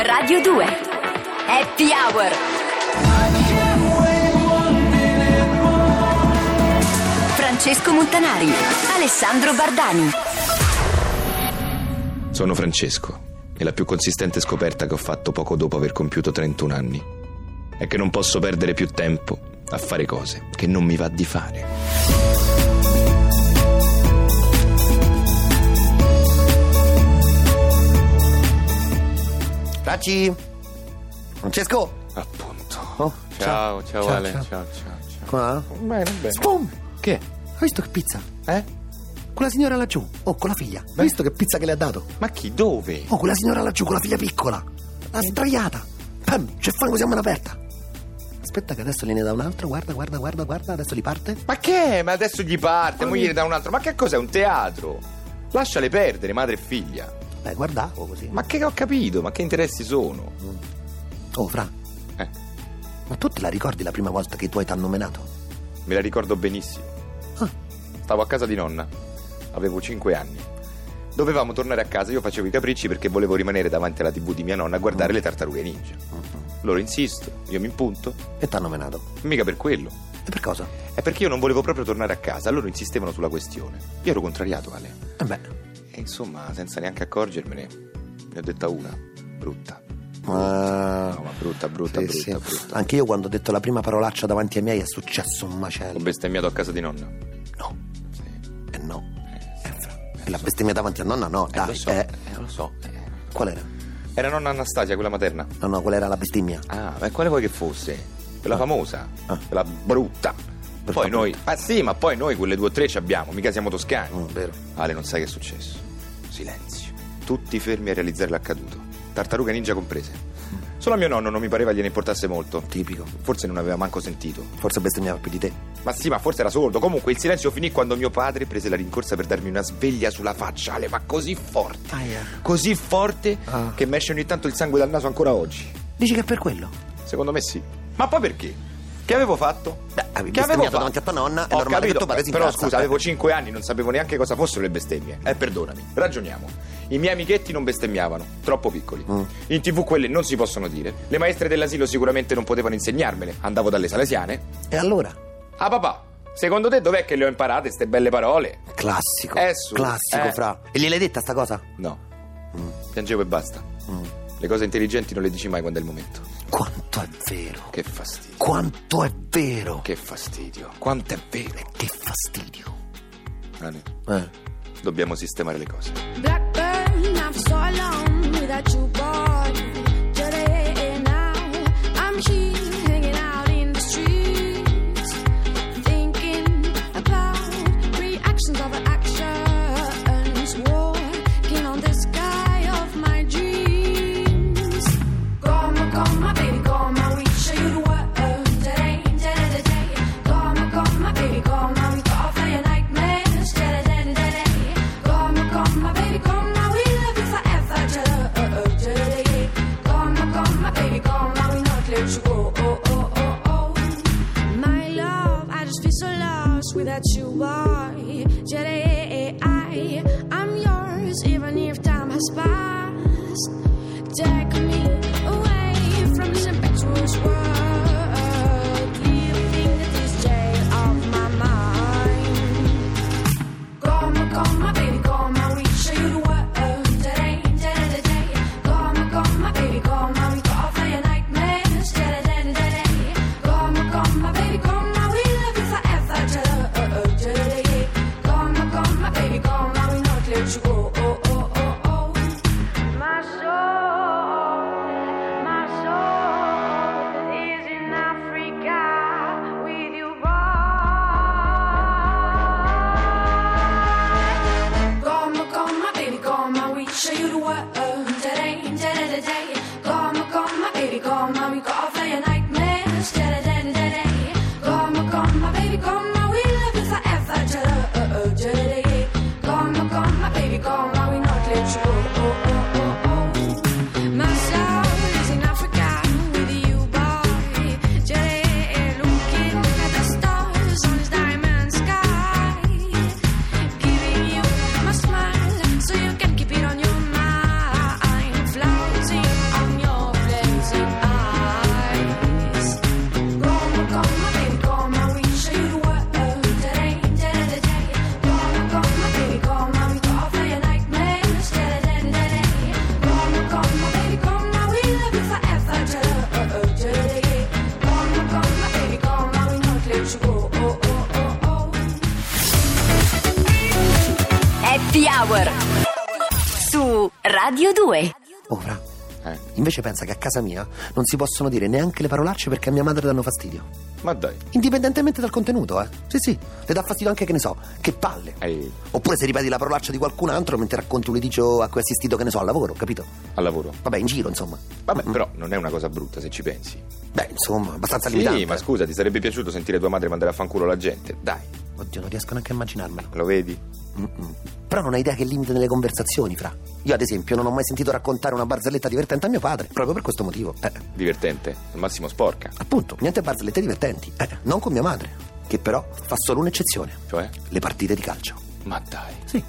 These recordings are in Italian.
Radio 2 Happy Hour Francesco Montanari Alessandro Bardani Sono Francesco e la più consistente scoperta che ho fatto poco dopo aver compiuto 31 anni è che non posso perdere più tempo a fare cose che non mi va di fare. Taci! Francesco! Appunto. Oh, Ciao, ciao, Ciao, Ale, ciao. ciao, ciao. ciao. Qua? Bene, bene. Spum! Che? Hai visto che pizza? Eh? Quella signora laggiù, oh, con la figlia. Hai visto che pizza che le ha dato? Ma chi? Dove? Oh, quella signora laggiù, con la figlia piccola. L'ha sdraiata. Pam, c'è fango così a mano aperta. Aspetta che adesso gliene da un altro, guarda, guarda, guarda, guarda, adesso li parte. Ma che? è? Ma adesso gli parte, moglie gli dà un altro. Ma che cos'è? Un teatro? Lasciale perdere, madre e figlia. Beh, guardavo così. Ma che ho capito? Ma che interessi sono? Oh, Fra, Eh, ma tu te la ricordi la prima volta che i tuoi t'hanno menato? me la ricordo benissimo. Ah. Stavo a casa di nonna. Avevo 5 anni. Dovevamo tornare a casa, io facevo i capricci perché volevo rimanere davanti alla tv di mia nonna a guardare le tartarughe ninja. Loro insistono, io mi impunto. E t'hanno menato. Mica per quello. E per cosa? È perché io non volevo proprio tornare a casa, loro insistevano sulla questione. Io ero contrariato, Ale. Eh beh. E insomma, senza neanche accorgermene, ne ho detta una. Brutta. Ah. No, ma brutta, brutta, Sì, brutta, sì. brutta. Anche io quando ho detto la prima parolaccia davanti ai miei è successo un Ho macello. bestemmiato a casa di nonna. No, Sì. e no. Eh, Fra. E la bestemmia davanti a nonna no, Eh, lo dai. so, eh. eh, lo so. eh. Qual era? Era nonna Anastasia, quella materna. No, no, quella era la bestemmia. Ah, ma quale vuoi che fosse? Quella famosa, Ah. quella brutta. Brutta, poi noi, ah sì, ma poi noi quelle due o tre ci abbiamo, mica siamo toscani. Mm, vero. Ale, non sai che è successo? Silenzio. Tutti fermi a realizzare l'accaduto, tartaruga ninja comprese. Solo a mio nonno non mi pareva gliene importasse molto. Tipico. Forse non aveva manco sentito. Forse bestemmiava più di te. Ma sì, ma forse era sordo. Comunque il silenzio finì quando mio padre prese la rincorsa per darmi una sveglia sulla faccia, Ale, ma così forte. Aia. Così forte Ah. che mi esce ogni tanto il sangue dal naso ancora oggi. Dici che è per quello? Secondo me sì. Ma poi perché? Che avevo fatto? Beh, avevi bestemmiato davanti a tua nonna, è Ho normale che capito, tuo padre si Però incazza. scusa, avevo 5 anni, non sapevo neanche cosa fossero le bestemmie. Eh, perdonami. Ragioniamo. I miei amichetti non bestemmiavano, troppo piccoli. Mm. In tv quelle non si possono dire. Le maestre dell'asilo sicuramente non potevano insegnarmele. Andavo dalle salesiane. E allora? Ah papà, secondo te dov'è che le ho imparate queste belle parole? Classico. Eh, su. Classico, Eh. fra. E gliel'hai detta sta cosa? No. Piangevo e basta. Mm. Le cose intelligenti non le dici mai quando è il momento. Quanto è vero. Che fastidio. Quanto è vero. Che fastidio. Quanto è vero. Che fastidio. Ale, Eh. dobbiamo sistemare le cose. Blackburn, I'm so long without you, boy. Today now, I'm here hanging out in the streets, thinking about reactions of actions, walking on the sky of my dreams. Come on, come on, baby, come on, we show you the world today, today, today. Come on, come on, baby, come on, we got off your nightmares, today, today, today. Come on, come on, baby, come on, we love you forever, today, today. Come on, come on, baby, come on, we not let you go, oh, oh, oh, oh. My love, I just feel so lost without you, boy. Today, I, I'm yours, even if time has passed. Take me away from this impetuous world, leaving this jail of my mind. Come on, come on, baby, come on, we show you the world today, today, today. Come on, come on, baby, come on, we got off your nightmares, today, today, today. Come on, come on, baby, come on, we love you forever, today, today. Come on, come on, baby, come on, we not let you go, oh, oh, oh, oh. My soul, my soul is in Africa with you, boy. Come, come, my baby, come, I will show you the world today, today, today. Come, come, my baby, come, I will go off your nightmares today, today, today. Come, come, my baby, come, I will love you forever today, today. Come, come, my baby, come, I will not let you go. Oh, oh, oh, oh. My soul is in Africa with you, boy. Today, looking at the stars on this diamond sky. Giving you my smile so you can keep it on your mind. Floating oh, Radio 2. Oh, fra. Eh, Invece pensa che a casa mia non si possono dire neanche le parolacce perché a mia madre danno fastidio. ma dai. Indipendentemente dal contenuto, eh. Sì, sì, le dà fastidio anche che ne so, che palle. Ehi, Oppure se ripeti la parolaccia di qualcun altro mentre racconti un litigio a cui hai assistito, che ne so, al lavoro, capito? al lavoro. Vabbè, in giro, insomma. Vabbè, però non è una cosa brutta se ci pensi. Beh, insomma, abbastanza Sì, limitante. ma scusa, ti sarebbe piaciuto sentire tua madre mandare a fanculo la gente? Dai, Oddio, non riesco neanche a immaginarmelo. lo vedi? Mm-mm. Però non hai idea che limite nelle conversazioni, fra. Io, ad esempio, non ho mai sentito raccontare una barzelletta divertente a mio padre, proprio per questo motivo. Eh, Divertente, al massimo sporca. appunto, niente barzellette divertenti. Eh, non con mia madre, che però fa solo un'eccezione. Cioè? Le partite di calcio. Ma dai. Sì.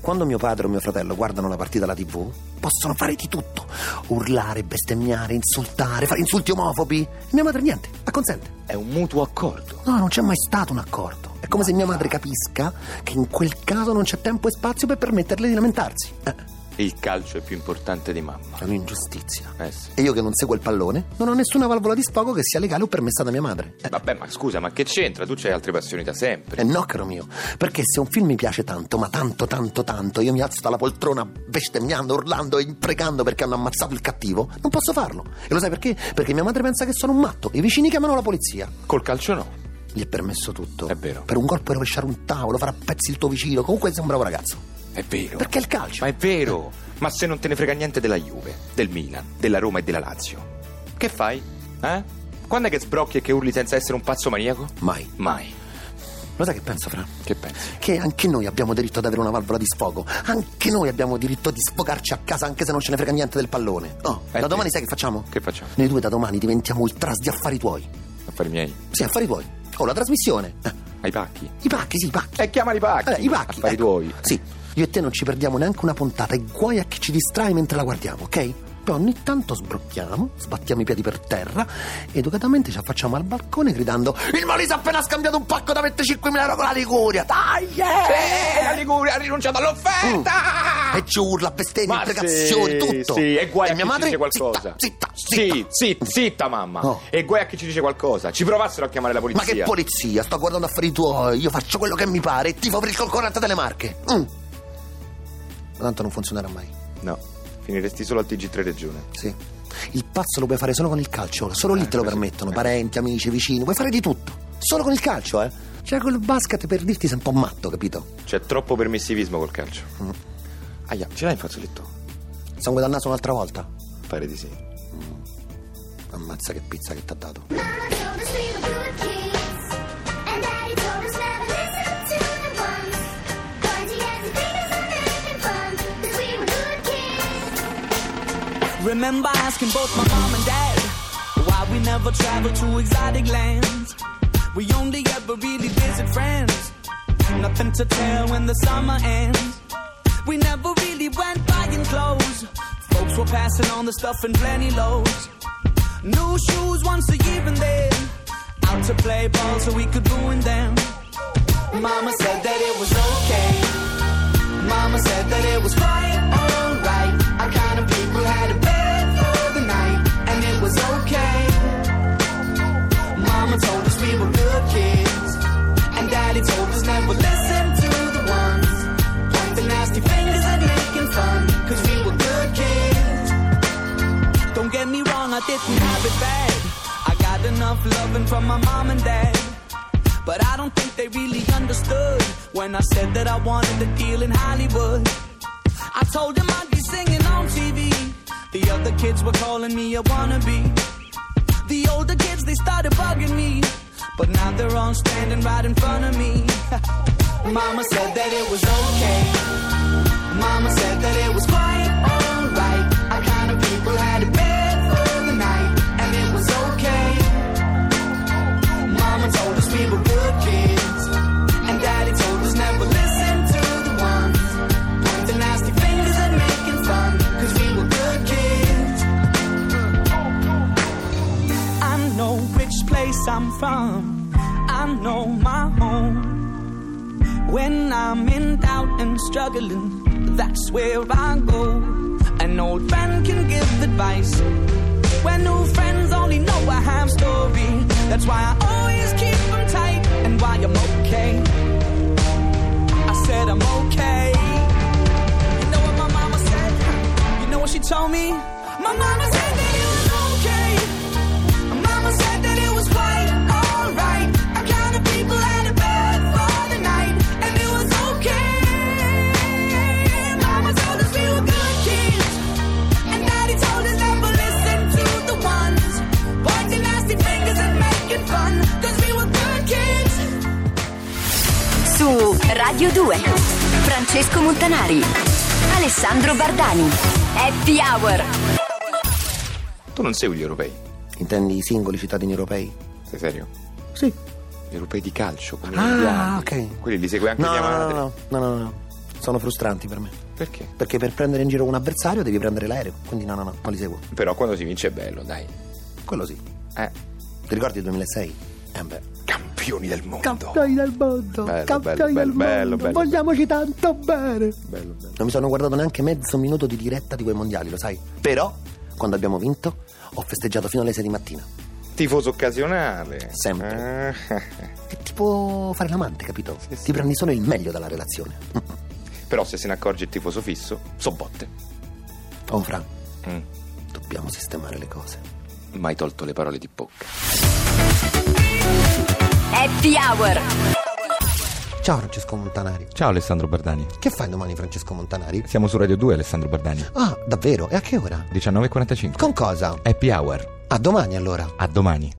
Quando mio padre o mio fratello guardano la partita alla TV, possono fare di tutto: urlare, bestemmiare, insultare, fare insulti omofobi. Mia madre niente, acconsente. È un mutuo accordo. No, non c'è mai stato un accordo. È come se mia madre capisca che in quel caso non c'è tempo e spazio per permetterle di lamentarsi. Eh, Il calcio è più importante di mamma. è un'ingiustizia. Eh sì. E io che non seguo il pallone, non ho nessuna valvola di sfogo che sia legale o permessa da mia madre. Eh, Vabbè, ma scusa, ma che c'entra? Tu c'hai altre passioni da sempre. Eh no, caro mio, perché se un film mi piace tanto, ma tanto, tanto, tanto, io mi alzo dalla poltrona bestemmiando, urlando e imprecando perché hanno ammazzato il cattivo, non posso farlo. E lo sai perché? Perché mia madre pensa che sono un matto. I vicini chiamano la polizia. Col calcio no. Gli è permesso tutto. È vero. Per un gol puoi rovesciare un tavolo, fare a pezzi il tuo vicino. Comunque sei un bravo ragazzo. È vero. Perché è il calcio. Ma è vero. Ma se non te ne frega niente della Juve, del Milan, della Roma e della Lazio, che fai? Eh? Quando è che sbrocchi e che urli senza essere un pazzo maniaco? Mai. Mai. Lo sai che penso, Fra? Che pensi? Che anche noi abbiamo diritto ad avere una valvola di sfogo. Anche noi abbiamo diritto di sfogarci a casa anche se non ce ne frega niente del pallone. Oh, Eh, da sì. domani sai che facciamo? Che facciamo? Noi due da domani diventiamo ultras di affari tuoi. Affari miei. Sì, affari tuoi. Oh, la trasmissione. Eh, Ai pacchi. I pacchi, sì, i pacchi. Eh, chiamali pacchi. Vabbè, i pacchi. Affari ecco. tuoi. Sì. Io e te non ci perdiamo neanche una puntata e guai a chi ci distrae mentre la guardiamo, ok? Poi ogni tanto sbrocchiamo, sbattiamo i piedi per terra, educatamente ci affacciamo al balcone gridando Il Molise ha appena scambiato un pacco da 25.000 euro con la Liguria! Dai! Eh, la Liguria ha rinunciato all'offerta! E ci urla, bestemmie, Ma imprecazioni, sì, Mm. tutto! Eh, Sì, e guai a chi mia ci madre dice qualcosa. Zitta, zitta, Sì, zitta! zitta, zitta mamma. Oh. E guai a chi ci dice qualcosa. Ci provassero a chiamare la polizia. Ma che polizia? Sto guardando affari tuoi, io faccio quello che mi pare e tifo per il concorrente delle marche. Mm. Ma Tanto non funzionerà mai. No, finiresti solo al TG3 Regione. Sì. Il pazzo lo puoi fare solo con il calcio, solo lì te lo così. permettono, Eh. parenti, amici, vicini, puoi fare di tutto. Solo con il calcio, eh. Cioè col basket per dirti sei un po' matto, capito? C'è troppo permissivismo col calcio. Aia, ce l'hai in fazzoletto? Sangue dal naso un'altra volta. Pare di sì. Ammazza che pizza che t'ha dato. Mama told us we were good kids, and Daddy told us never listen to the ones pointing at the fingers and making fun. 'Cause we were good kids. Remember asking both my mom and dad why we never traveled to exotic lands. We only ever really visit friends. Nothing to tell when the summer ends. We never really went buying clothes. Folks were passing on the stuff in plenty loads. New shoes once a year and then out to play ball so we could ruin them. Mama said that it was okay. Mama said that it was quite alright. I kind of people had a bed for the night, and it was okay. Mama told us we were good kids, and Daddy told us never listen to the ones pointing nasty fingers and making fun, 'cause we were good kids. Don't get me wrong, I didn't have it bad. I got enough loving from my mom and dad. But I don't think they really understood when I said that I wanted a deal in Hollywood. I told them I'd be singing on TV. The other kids were calling me a wannabe. The older kids, they started bugging me. But now they're all standing right in front of me. Mama said that it was okay. Mama said that it was quite alright. I kind of people had a bed for the night, and it was okay. Mama told us we were good kids, and Daddy told us never listen to the ones pointing nasty fingers and making fun, 'cause we were good kids. I know which place I'm from. I know my home. When I'm in doubt and struggling, that's where I go. An old friend can give advice. When new friends only know I have story. That's why I always keep them tight and why I'm okay. I said I'm okay. You know what my mama said? You know she told me. My mama said that it was okay. My mama said that it was quite alright. I counted people out of bed for the night, and it was okay. Mama told us we were good kids, and daddy told us never listen to the ones pointing nasty fingers and making fun, 'cause we were good kids. Su Radio 2. Francesco Montanari. Alessandro Bardani. Happy Hour. Tu non segui gli europei. Intendi i singoli cittadini europei? Sei serio? Sì. Gli europei di calcio, come Ah, gli andiamo. ok. Quelli li segue anche No, mia no, no, madre. no, no, no, no. Sono frustranti per me. Perché? Perché per prendere in giro un avversario devi prendere l'aereo. Quindi no, no, no, non li seguo. Però quando si vince è bello, dai. Quello sì. Eh. Ti ricordi il 2006? Eh beh. Campioni del mondo. del mondo, Bello, campioni bello, del bello, mondo, bello, bello. vogliamoci tanto bene. Bello, bello. Non mi sono guardato neanche mezzo minuto di diretta di quei mondiali, lo sai. Però, quando abbiamo vinto, ho festeggiato fino alle 6 di mattina. Tifoso occasionale. Sempre. Ah. È tipo fare l'amante, capito? sì. Ti prendi solo il meglio dalla relazione. Però se se ne accorge il tifoso fisso, so botte. Oh, Fra, Mm. dobbiamo sistemare le cose. Mai tolto le parole di bocca. Happy Hour. Ciao Francesco Montanari. Ciao Alessandro Bardani. Che fai domani Francesco Montanari? Siamo su Radio 2 Alessandro Bardani. Ah, davvero? E a che ora? 19.45. Con cosa? Happy Hour. A domani allora. A domani.